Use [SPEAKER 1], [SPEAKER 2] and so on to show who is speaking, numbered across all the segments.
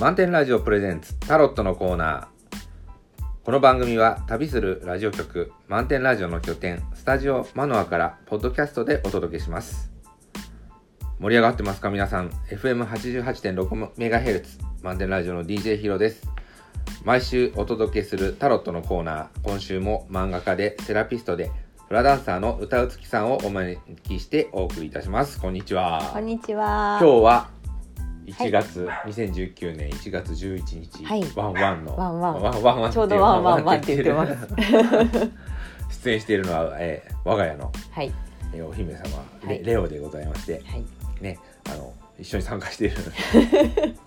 [SPEAKER 1] 満点ラジオプレゼンツタロットのコーナーこの番組は旅するラジオ局満点ラジオの拠点スタジオマノアからポッドキャストでお届けします盛り上がってますか皆さん FM88.6MHz 満点ラジオの DJ ヒロです毎週お届けするタロットのコーナー今週も漫画家でセラピストでフラダンサーの歌うつきさんをお招きしてお送りいたしますこんにちは
[SPEAKER 2] こんにちは。
[SPEAKER 1] 今日は1月、2019年1月11日、
[SPEAKER 2] はい
[SPEAKER 1] ワンワンの
[SPEAKER 2] ワンワン
[SPEAKER 1] ワンワンワン
[SPEAKER 2] ちょうどワンワンワンって言って
[SPEAKER 1] ワン
[SPEAKER 2] ま
[SPEAKER 1] ワンす
[SPEAKER 2] す。
[SPEAKER 1] 出演しているのは、えー我が家の、
[SPEAKER 2] はい
[SPEAKER 1] えーお姫様レ,、
[SPEAKER 2] はい
[SPEAKER 1] レオでございまして
[SPEAKER 2] はい
[SPEAKER 1] ねあの一緒に参加している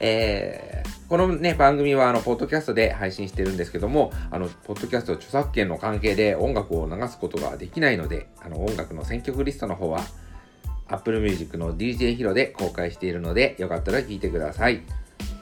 [SPEAKER 1] えーこのね番組はあのポッドキャストで配信してるんですけどもあのポッドキャスト著作権の関係で音楽を流すことができないのであの音楽の選曲リストの方は Apple Music の DJ ヒロで公開しているのでよかったら聞いてください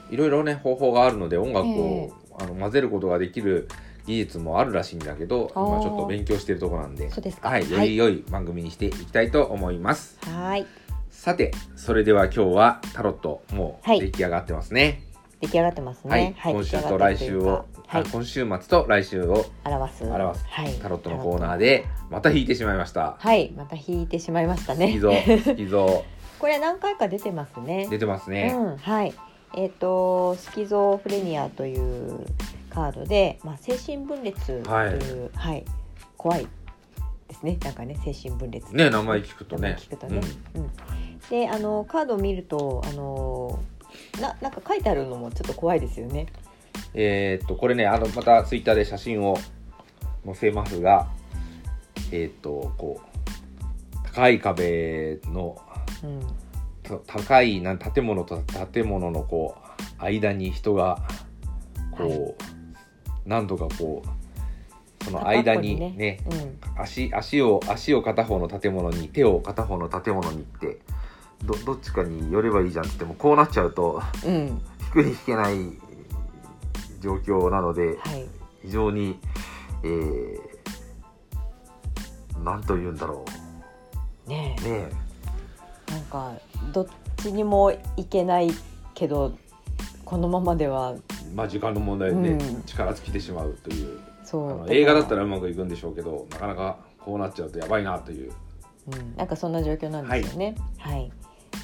[SPEAKER 1] いろいろね方法があるので音楽を、あの混ぜることができる技術もあるらしいんだけど
[SPEAKER 2] あー
[SPEAKER 1] 今ちょっと勉強してるところなんで
[SPEAKER 2] そうですか
[SPEAKER 1] はい、よ
[SPEAKER 2] は
[SPEAKER 1] り
[SPEAKER 2] い
[SPEAKER 1] 良い番組にしていきたいと思います、
[SPEAKER 2] はーい
[SPEAKER 1] さてそれでは今日はタロットもう
[SPEAKER 2] はい
[SPEAKER 1] 出来上がってますね
[SPEAKER 2] 出来上がってます
[SPEAKER 1] はい、
[SPEAKER 2] ね。
[SPEAKER 1] 今週と来週を、あ
[SPEAKER 2] はい
[SPEAKER 1] 今週末と来週を
[SPEAKER 2] 表す
[SPEAKER 1] 表す
[SPEAKER 2] はい
[SPEAKER 1] タロットのコーナーでまた引いてしまいました、
[SPEAKER 2] はいまた引いてしまいました
[SPEAKER 1] い、い
[SPEAKER 2] ね。
[SPEAKER 1] ぞ好きぞ
[SPEAKER 2] これ何回か出てますね。
[SPEAKER 1] 出てますね、
[SPEAKER 2] うんはいえっ、とスキゾフレニアというカードでまあ精神分裂という
[SPEAKER 1] は
[SPEAKER 2] はいい、怖いですねなんかね精神分裂
[SPEAKER 1] ね名前聞くとね
[SPEAKER 2] 聞くとね、うんであのカードを見るとあのななんか書いてあるのもちょっと怖いですよね。
[SPEAKER 1] えーっとこれねあのまたツイッターで写真を載せますがえーっとこう高い壁の
[SPEAKER 2] うん、
[SPEAKER 1] た高いなん建物と建物のこう間に人がこう、
[SPEAKER 2] はい
[SPEAKER 1] 何度かこうその
[SPEAKER 2] 片っぽ
[SPEAKER 1] 間にね
[SPEAKER 2] うん、
[SPEAKER 1] 足足を足を片方の建物に手を片方の建物にってどどっちかに寄ればいいじゃんって言ってもこうなっちゃうと
[SPEAKER 2] うん、
[SPEAKER 1] 引くに引けない状況なので
[SPEAKER 2] はい、
[SPEAKER 1] 非常にえーなんと言うんだろ
[SPEAKER 2] ね
[SPEAKER 1] うねえ
[SPEAKER 2] え、なんかどっちにも行けないけど。このままでは、
[SPEAKER 1] まあ時間の問題でね、
[SPEAKER 2] うん
[SPEAKER 1] 力尽きてしまうという
[SPEAKER 2] そ
[SPEAKER 1] あ
[SPEAKER 2] う
[SPEAKER 1] の。映画だった
[SPEAKER 2] ら、
[SPEAKER 1] らうまくいくんでしょうけどなかなかこうなっちゃうとやばいなという
[SPEAKER 2] うん、なんかそんな状況なんですよね。はい。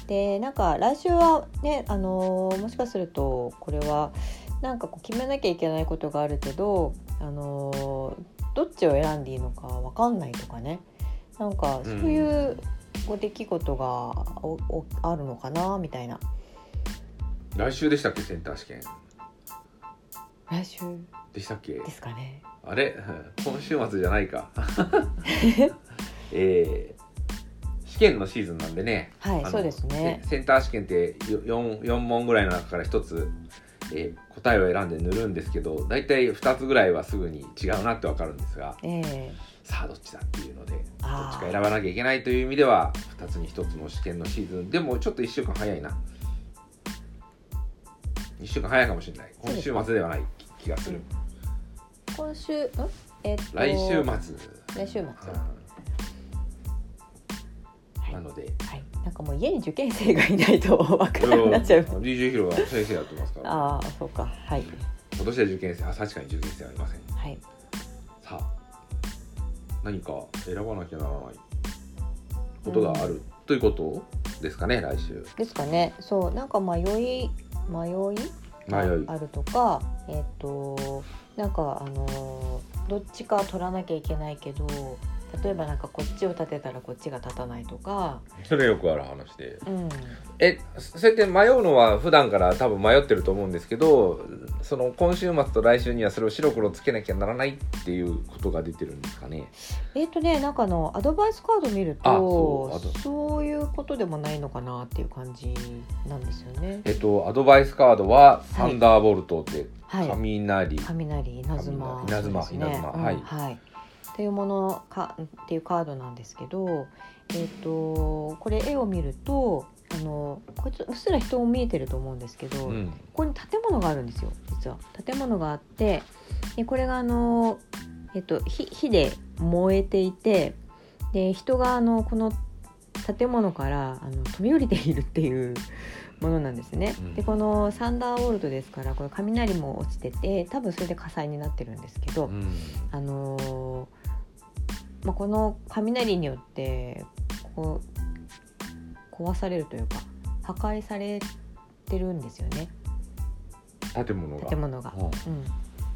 [SPEAKER 2] で、なんか来週はね、あのーもしかすると、これは。なんかこう決めなきゃいけないことがあるけど、あのーどっちを選んでいいのかわかんないとかね。なんかそういうこう出来事がおおあるのかなみたいな。
[SPEAKER 1] 来週でしたっけセンター試験
[SPEAKER 2] 来週
[SPEAKER 1] でしたっけ
[SPEAKER 2] ですかね。
[SPEAKER 1] あれ 今週末じゃない かえー試験のシーズンなんでね
[SPEAKER 2] はい
[SPEAKER 1] あ、の
[SPEAKER 2] そうですね。
[SPEAKER 1] セセンター試験ってよ 4, 4問ぐらいの中から1つ、えー答えを選んで塗るんですけど大体2つぐらいはすぐに違うなって分かるんですが
[SPEAKER 2] ええ
[SPEAKER 1] さあどっちだっていうのでどっ
[SPEAKER 2] あー
[SPEAKER 1] ちか選ばなきゃいけないという意味では2つに1つの試験のシーズンでもちょっと1週間早いな1週間早いかもしれない今週末ではない気がする
[SPEAKER 2] 今週、ん、えっと
[SPEAKER 1] 来週末
[SPEAKER 2] 来週末は
[SPEAKER 1] うんなので
[SPEAKER 2] い、なんかもう家に受験生がいないとわから なくなっちゃう。
[SPEAKER 1] DJ ヒロは先生やってますから
[SPEAKER 2] ああ、そうか、はい、
[SPEAKER 1] 今年は受験生あ確かに受験生はいません
[SPEAKER 2] はい、
[SPEAKER 1] さあ何か選ばなきゃならないことがある、ということですかね来週
[SPEAKER 2] ですかね。そう、なんか迷い、
[SPEAKER 1] 迷
[SPEAKER 2] 迷い
[SPEAKER 1] い
[SPEAKER 2] あるとか、えっと、なんか、あのー、どっちか取らなきゃいけないけど。例えば、なんか、こっちを立てたら、こっちが立たないとか。
[SPEAKER 1] それよくある話で
[SPEAKER 2] うん、
[SPEAKER 1] えそそうやって迷うのは普段から多分迷ってると思うんですけどその今週末と来週にはそれを白黒つけなきゃならないっていうことが出てるんですかね
[SPEAKER 2] えっとね、なんかあのアドバイスカード見る
[SPEAKER 1] あ
[SPEAKER 2] と
[SPEAKER 1] そうあと
[SPEAKER 2] そういうことでもないのかなっていう感じなんですよね。
[SPEAKER 1] えっとアドバイスカードは「サ
[SPEAKER 2] はい
[SPEAKER 1] ンダーボルト」って
[SPEAKER 2] はい、
[SPEAKER 1] 雷、
[SPEAKER 2] 雷稲妻
[SPEAKER 1] 雷稲妻
[SPEAKER 2] そうですね
[SPEAKER 1] 稲妻
[SPEAKER 2] うん
[SPEAKER 1] は
[SPEAKER 2] はいい、っていうものかっていうカードなんですけど、えっ、とこれ絵を見るとあのこいつうっすら人も見えてると思うんですけど、
[SPEAKER 1] う
[SPEAKER 2] こ
[SPEAKER 1] ん、
[SPEAKER 2] こに建物があるんですよ実は建物があってでこれがあのえっ、と火火で燃えていてで人があのこの建物からあの飛び降りているっていう ものなんですね、
[SPEAKER 1] うん
[SPEAKER 2] でこのサンダーボルトですからこの雷も落ちてて多分それで火災になってるんですけど、
[SPEAKER 1] うん
[SPEAKER 2] あのーまあ、この雷によってこう壊されるというか破壊されてるんですよね
[SPEAKER 1] 建物が
[SPEAKER 2] 建物が。
[SPEAKER 1] うん
[SPEAKER 2] うん、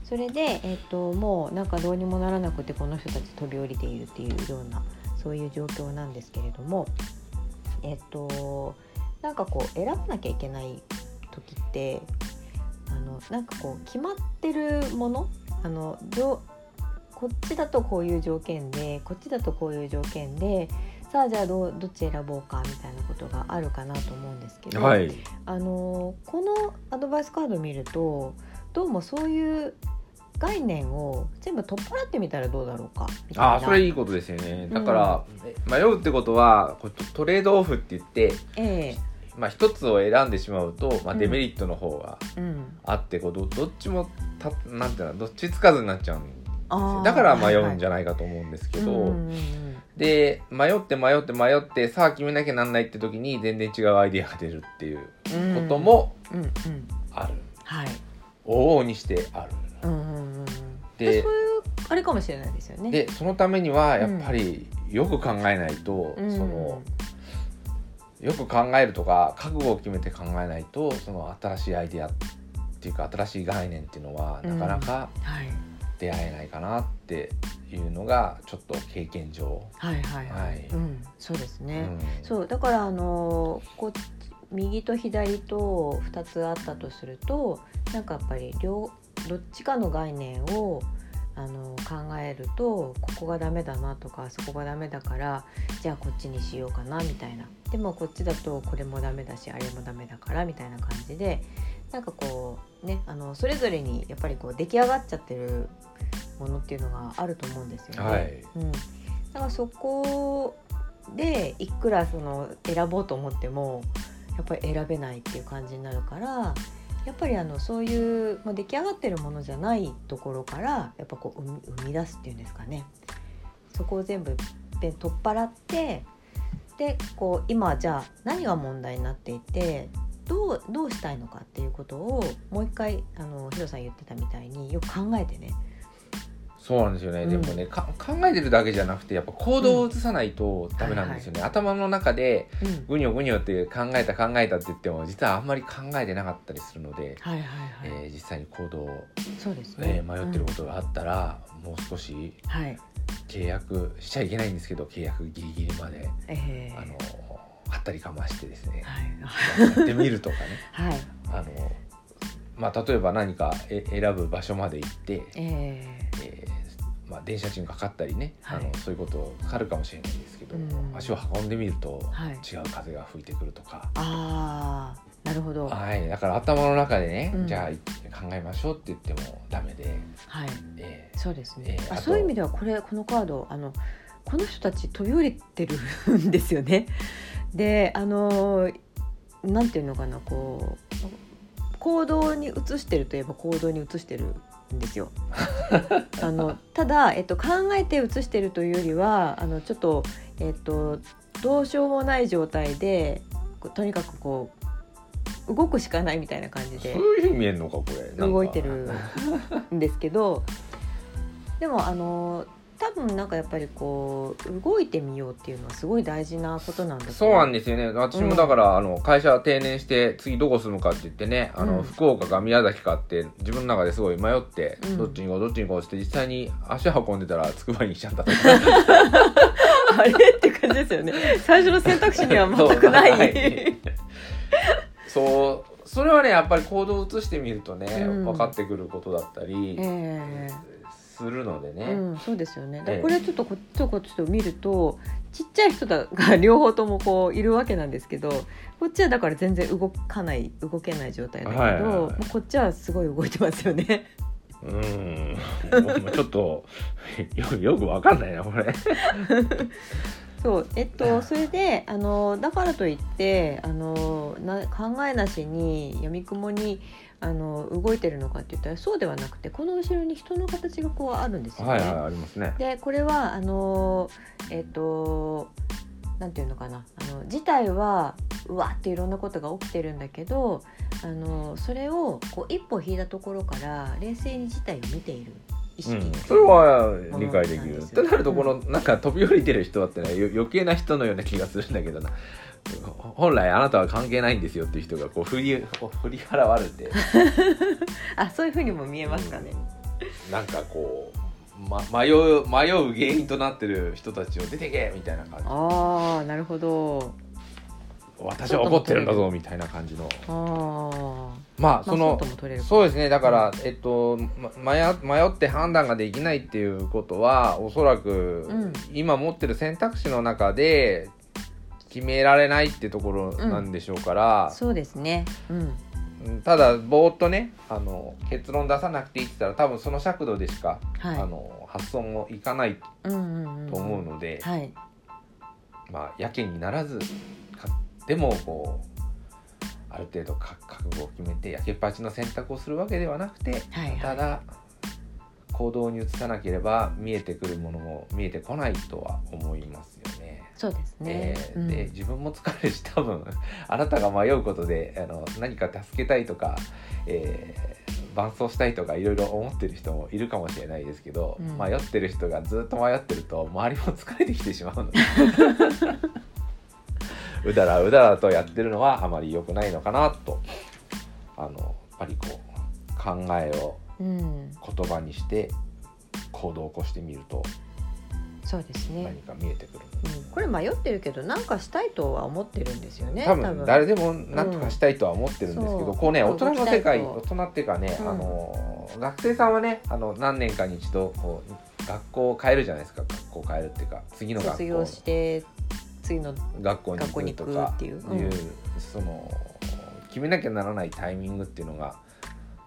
[SPEAKER 2] それで、えっともうなんかどうにもならなくてこの人たち飛び降りているっていうようなそういう状況なんですけれどもえっとなんかこう選ばなきゃいけない時ってあのなんかこう決まってるものあのどうこっちだとこういう条件でこっちだとこういう条件でさあじゃあどうどっち選ぼうかみたいなことがあるかなと思うんですけど、
[SPEAKER 1] はい
[SPEAKER 2] あのこのアドバイスカードを見るとどうもそういう概念を全部取っ払ってみたらどうだろうかみたいな
[SPEAKER 1] ああそれいいことですよねだから、迷うってことはこうトトレードオフって言って、
[SPEAKER 2] え
[SPEAKER 1] まあ、一つを選んでしまうと、まあ、
[SPEAKER 2] うん
[SPEAKER 1] デメリットの方が
[SPEAKER 2] えうん、
[SPEAKER 1] あって、こうどどっちもたなんていうのどっちつかずになっちゃうんです
[SPEAKER 2] あ
[SPEAKER 1] よ
[SPEAKER 2] ー
[SPEAKER 1] だから迷うんじ
[SPEAKER 2] は
[SPEAKER 1] ゃないかと思うんですけ
[SPEAKER 2] い
[SPEAKER 1] ど、
[SPEAKER 2] はいうんうんうん
[SPEAKER 1] で迷って迷って迷ってさあ決めなきゃなんないって時に全然違うアイディアが出るっていう
[SPEAKER 2] うん
[SPEAKER 1] ことも
[SPEAKER 2] うんうん
[SPEAKER 1] ある、
[SPEAKER 2] はい
[SPEAKER 1] 往々にしてある。
[SPEAKER 2] うんうんうんで
[SPEAKER 1] で
[SPEAKER 2] そういうあれかもしれないですよね
[SPEAKER 1] でそのためにはやっぱりよく考えないと、
[SPEAKER 2] うん
[SPEAKER 1] そのよく考えるとか覚悟を決めて考えないとその新しいアイディアっていうか新しい概念っていうのはなかなか
[SPEAKER 2] はい
[SPEAKER 1] 出会えないかなっていうのがちょっと経験上。
[SPEAKER 2] はいはい
[SPEAKER 1] はい
[SPEAKER 2] うんそうです
[SPEAKER 1] う
[SPEAKER 2] ね、
[SPEAKER 1] ん
[SPEAKER 2] そうだからあのーこっち右と左と2つあったとするとなんかやっぱり両どっちかの概念をあのー考えるとここがダメだなとかあそこがダメだからじゃあこっちにしようかなみたいなでもこっちだとこれもダメだしあれもダメだからみたいな感じでなんかこうねあのそれぞれにやっぱりこう出来上がっちゃってるものっていうのがあると思うんですよね。
[SPEAKER 1] はい
[SPEAKER 2] うん、だからそこでいくらその選ぼうと思ってもやっぱり選べないっていう感じになるからやっぱりあのそういう、まあ、出来上がってるものじゃないところからやっぱこう生み生み出すっていうんですかねそこを全部で取っ払ってでこう今じゃあ何が問題になっていてどうどうしたいのかっていうことをもう一回あのヒロさん言ってたみたいによく考えてね。
[SPEAKER 1] そうなんですよね、
[SPEAKER 2] うん
[SPEAKER 1] でもねか考えてるだけじゃなくてやっぱ行動を移さないとダメなんですよね、頭の中で
[SPEAKER 2] うん、
[SPEAKER 1] ぐにょぐにょって考えた考えたって言っても実はあんまり考えてなかったりするので、
[SPEAKER 2] はいはいはい、
[SPEAKER 1] えー実際に行動を、
[SPEAKER 2] そうですね
[SPEAKER 1] えー迷ってることがあったら、もう少し
[SPEAKER 2] うんはい、
[SPEAKER 1] 契約しちゃいけないんですけど契約ギリギリまで、
[SPEAKER 2] えー、
[SPEAKER 1] あのはったりかましてですね
[SPEAKER 2] はい
[SPEAKER 1] やってみるとかね
[SPEAKER 2] はい
[SPEAKER 1] あの、まあ、例えば何かえ選ぶ場所まで行って、
[SPEAKER 2] え
[SPEAKER 1] えーまあ、電車賃かかったりね、
[SPEAKER 2] はい
[SPEAKER 1] あのそういうことかかるかもしれないんですけど、
[SPEAKER 2] うん
[SPEAKER 1] 足を運んでみると、
[SPEAKER 2] はい
[SPEAKER 1] 違う風が吹いてくるとか。
[SPEAKER 2] ー、ああなるほどは
[SPEAKER 1] はい、だから頭の中でね、
[SPEAKER 2] うん
[SPEAKER 1] じゃあい考えましょうって言ってもダメで、
[SPEAKER 2] い
[SPEAKER 1] え
[SPEAKER 2] そうですね、
[SPEAKER 1] えー
[SPEAKER 2] あ
[SPEAKER 1] あと
[SPEAKER 2] そういう意味ではこれこのカードあのこの人たち飛び降りてるんですよね であのーなんていうのかなこう行動に移してるといえば行動に移してるんで すよあのただ、えっと、考えて移してるというよりはあのちょっと、えっと、どうしようもない状態でこうとにかくこう動くしかないみたいな感じ
[SPEAKER 1] ー
[SPEAKER 2] で
[SPEAKER 1] そういうふうに見えるのかこれなんか
[SPEAKER 2] 動いてるんですけどでもあの多分なんかやっぱりこう動いてみようっていうのはすごい大事なことなんだと
[SPEAKER 1] そう
[SPEAKER 2] 思
[SPEAKER 1] なんですよね私もだから、あの会社定年して次どこ住むかって言ってねあの、
[SPEAKER 2] うん
[SPEAKER 1] 福岡か宮崎かって自分の中ですごい迷って、
[SPEAKER 2] うん
[SPEAKER 1] どっちに行こうどっちに行こうって実際に足運んでたらつくばにしちゃったとか
[SPEAKER 2] あれって感じですよね最初の選択肢には全くない
[SPEAKER 1] そうはいそうそれはねやっぱり行動を移してみるとね、
[SPEAKER 2] うん
[SPEAKER 1] 分かってくることだったり
[SPEAKER 2] え
[SPEAKER 1] するので
[SPEAKER 2] え
[SPEAKER 1] ね、
[SPEAKER 2] うん、そうですよねだか
[SPEAKER 1] え
[SPEAKER 2] ら
[SPEAKER 1] え
[SPEAKER 2] これちょっとこっちとこっちと見るとちっちゃい人だが両方ともこういるわけなんですけどこっちはだから全然動かない動けない状態だけど、
[SPEAKER 1] はいはいはい
[SPEAKER 2] もうこっちはすごい動いてますよね。
[SPEAKER 1] うん、 ちょっとよよくわかんないなこれ。
[SPEAKER 2] そうえっとそれであのだからといってあのな考えなしにやみくもにあの動いてるのかって言ったらそうではなくてこの後ろに人の形がこうあるんですよね。
[SPEAKER 1] はいはいありますね。
[SPEAKER 2] でこれはあのえっとなんていうのかなあの事態はうわっていろんなことが起きてるんだけどあのそれをこう一歩引いたところから冷静に事態を見ている意識、
[SPEAKER 1] うん、それは理解でき
[SPEAKER 2] ものな
[SPEAKER 1] る。
[SPEAKER 2] んで
[SPEAKER 1] っ
[SPEAKER 2] す
[SPEAKER 1] て
[SPEAKER 2] よ
[SPEAKER 1] なるとこのなんか飛び降りてる人だってねよ余計な人のような気がするんだけどな本来あなたは関係ないんですよっていう人がこう振り振り払われて
[SPEAKER 2] あそういうふうにも見えますかね。
[SPEAKER 1] うんなんかこう、ま、迷う迷う原因となってる人たちを出てけみたいな感じ
[SPEAKER 2] ああなるほど。
[SPEAKER 1] 私は怒ってるんだぞみたいな感じの
[SPEAKER 2] あー
[SPEAKER 1] まあ
[SPEAKER 2] まあ
[SPEAKER 1] その
[SPEAKER 2] そうとも取れるか
[SPEAKER 1] そうですねだから、えっと、ま、迷迷って判断ができないっていうことはおそらく、
[SPEAKER 2] うん
[SPEAKER 1] 今持ってる選択肢の中で決められないってところなんでしょうから、
[SPEAKER 2] そうですね。うん。
[SPEAKER 1] ただぼーっとねあの結論出さなくていいって言ったら多分その尺度でしか、
[SPEAKER 2] はい。
[SPEAKER 1] あの発想もいかない
[SPEAKER 2] うんうんうん。
[SPEAKER 1] と思うので、
[SPEAKER 2] はい。
[SPEAKER 1] まあやけにならずかでもこうある程度か覚悟を決めてやけっぱちの選択をするわけではなくて、
[SPEAKER 2] はいはい
[SPEAKER 1] ただ行動に移さなければ見えてくるものも見えてこないとは思いますよね。
[SPEAKER 2] そうですね。
[SPEAKER 1] えーで自分も疲れるし多分 あなたが迷うことであの何か助けたいとか、えー伴走したいとかいろいろ思ってる人もいるかもしれないですけど、
[SPEAKER 2] うん
[SPEAKER 1] 迷ってる人がずっと迷ってると周りも疲れてきてしまうので うだらうだらとやってるのはあまり良くないのかなとあのやっぱりこう考えを
[SPEAKER 2] うん。うん。
[SPEAKER 1] 言葉にして行動を起こしてみると
[SPEAKER 2] そうですね。
[SPEAKER 1] 何か見えてくる
[SPEAKER 2] うんこれ迷ってるけどなんかしたいとは思ってるんですよね
[SPEAKER 1] 多分誰でもなんとかしたいとは思ってるんですけど、
[SPEAKER 2] うん
[SPEAKER 1] こうね
[SPEAKER 2] そう
[SPEAKER 1] 大人の世界
[SPEAKER 2] 動
[SPEAKER 1] 大
[SPEAKER 2] き
[SPEAKER 1] 人っていうかね、
[SPEAKER 2] うん
[SPEAKER 1] あの学生さんはねあの何年かに一度こう学校を変えるじゃないですか学校を変えるっていうか次の学
[SPEAKER 2] 卒業
[SPEAKER 1] 校
[SPEAKER 2] して次の
[SPEAKER 1] 学校に
[SPEAKER 2] 学校に
[SPEAKER 1] 行
[SPEAKER 2] 行
[SPEAKER 1] くと
[SPEAKER 2] く
[SPEAKER 1] か
[SPEAKER 2] っていううん
[SPEAKER 1] その決めなきゃならないタイミングっていうのが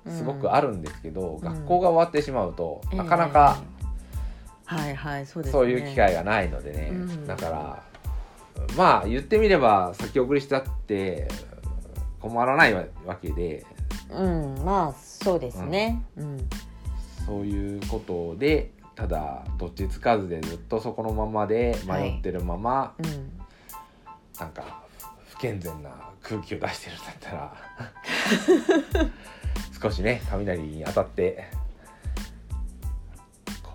[SPEAKER 1] すご
[SPEAKER 2] うん
[SPEAKER 1] くあるんですけど、
[SPEAKER 2] ん
[SPEAKER 1] 学校が終わってしまうと、なかなか、
[SPEAKER 2] ええはいはいそうです、ね、
[SPEAKER 1] そういう機会がないのでね、
[SPEAKER 2] うん
[SPEAKER 1] だからまあ言ってみれば先送りしたって困らないわけで
[SPEAKER 2] うんまあそうですねうん、
[SPEAKER 1] そういうことでただどっちつかずでずっとそこのままで
[SPEAKER 2] はい
[SPEAKER 1] 迷ってるまま、
[SPEAKER 2] うん、
[SPEAKER 1] なんか不健全な空気を出してるんだったら 少しね雷に当たってこ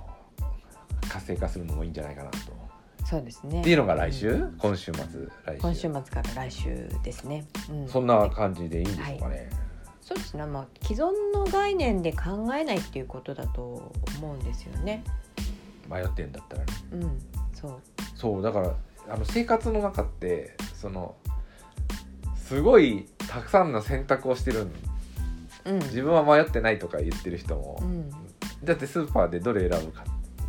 [SPEAKER 1] う活性化するのもいいんじゃないかなと。
[SPEAKER 2] そうですね
[SPEAKER 1] っていうのが来週、
[SPEAKER 2] うん
[SPEAKER 1] 今週末来週
[SPEAKER 2] 今週末から来週ですね、うん、
[SPEAKER 1] そんな感じでいいんでしょうかね。
[SPEAKER 2] そうですねまあ既存の概念で考えないっていうことだと思うんですよね
[SPEAKER 1] 迷ってんだったら、ね、
[SPEAKER 2] うんそう
[SPEAKER 1] そうだからあの生活の中ってそのすごいたくさんの選択をしてるん
[SPEAKER 2] うん
[SPEAKER 1] 自分は迷ってないとか言ってる人も、
[SPEAKER 2] うん
[SPEAKER 1] だってスーパーでどれ選ぶかっ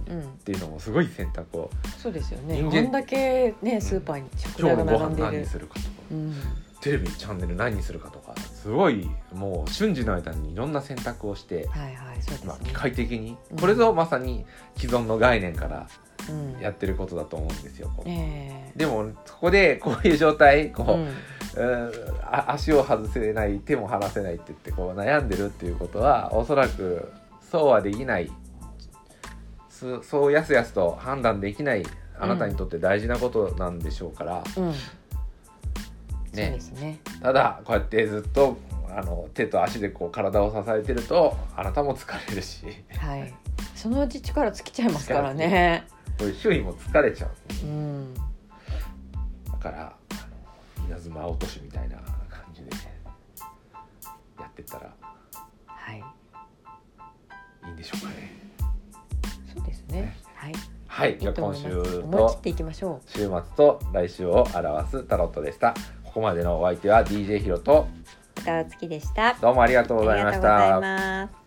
[SPEAKER 2] うん
[SPEAKER 1] ていうのもすごい選択を
[SPEAKER 2] そうですよね
[SPEAKER 1] 人
[SPEAKER 2] こ
[SPEAKER 1] 間
[SPEAKER 2] んだけねスーパーに食
[SPEAKER 1] 今
[SPEAKER 2] 材
[SPEAKER 1] 日のご
[SPEAKER 2] が並ん
[SPEAKER 1] 飯何
[SPEAKER 2] で
[SPEAKER 1] に
[SPEAKER 2] る
[SPEAKER 1] するかとか
[SPEAKER 2] うん
[SPEAKER 1] テレビチャンネル何にするかとかすごいもう瞬時の間にいろんな選択をして、
[SPEAKER 2] はいはいそうですね
[SPEAKER 1] まあ、機械的に、
[SPEAKER 2] うん
[SPEAKER 1] これぞまさに既存の概念から
[SPEAKER 2] うん
[SPEAKER 1] やってることだと思うんですよ。こう
[SPEAKER 2] ええ
[SPEAKER 1] でもそこでこういう状態こう、
[SPEAKER 2] うん
[SPEAKER 1] うんあ足を外せない手も離せないって言ってこう悩んでるっていうことはおそらくそうはできないすそうやすやすと判断できないあなたにとって大事なことなんでしょうから、
[SPEAKER 2] うんそう
[SPEAKER 1] ね
[SPEAKER 2] ですね。
[SPEAKER 1] ただこうやってずっとあの手と足でこう体を支えてるとあなたも疲れるし
[SPEAKER 2] はい。そのうち力尽きちゃいますからね。
[SPEAKER 1] こういう周囲も疲れちゃう
[SPEAKER 2] うん。
[SPEAKER 1] だからあの稲妻落としみたいな感じでやってったら
[SPEAKER 2] はい。
[SPEAKER 1] いいんでしょうかね。
[SPEAKER 2] そうですね。はい。
[SPEAKER 1] はい、じゃあ
[SPEAKER 2] と思
[SPEAKER 1] 今
[SPEAKER 2] い
[SPEAKER 1] 週
[SPEAKER 2] ます思い切
[SPEAKER 1] と
[SPEAKER 2] っていきましょ
[SPEAKER 1] 週末と来週を表すタロットでした。ここまでのお相手は DJ ヒロと
[SPEAKER 2] う。歌う月でした。あ
[SPEAKER 1] どうもありがとう
[SPEAKER 2] り
[SPEAKER 1] ござい
[SPEAKER 2] が
[SPEAKER 1] ま
[SPEAKER 2] と
[SPEAKER 1] し
[SPEAKER 2] うござい
[SPEAKER 1] た。
[SPEAKER 2] ます。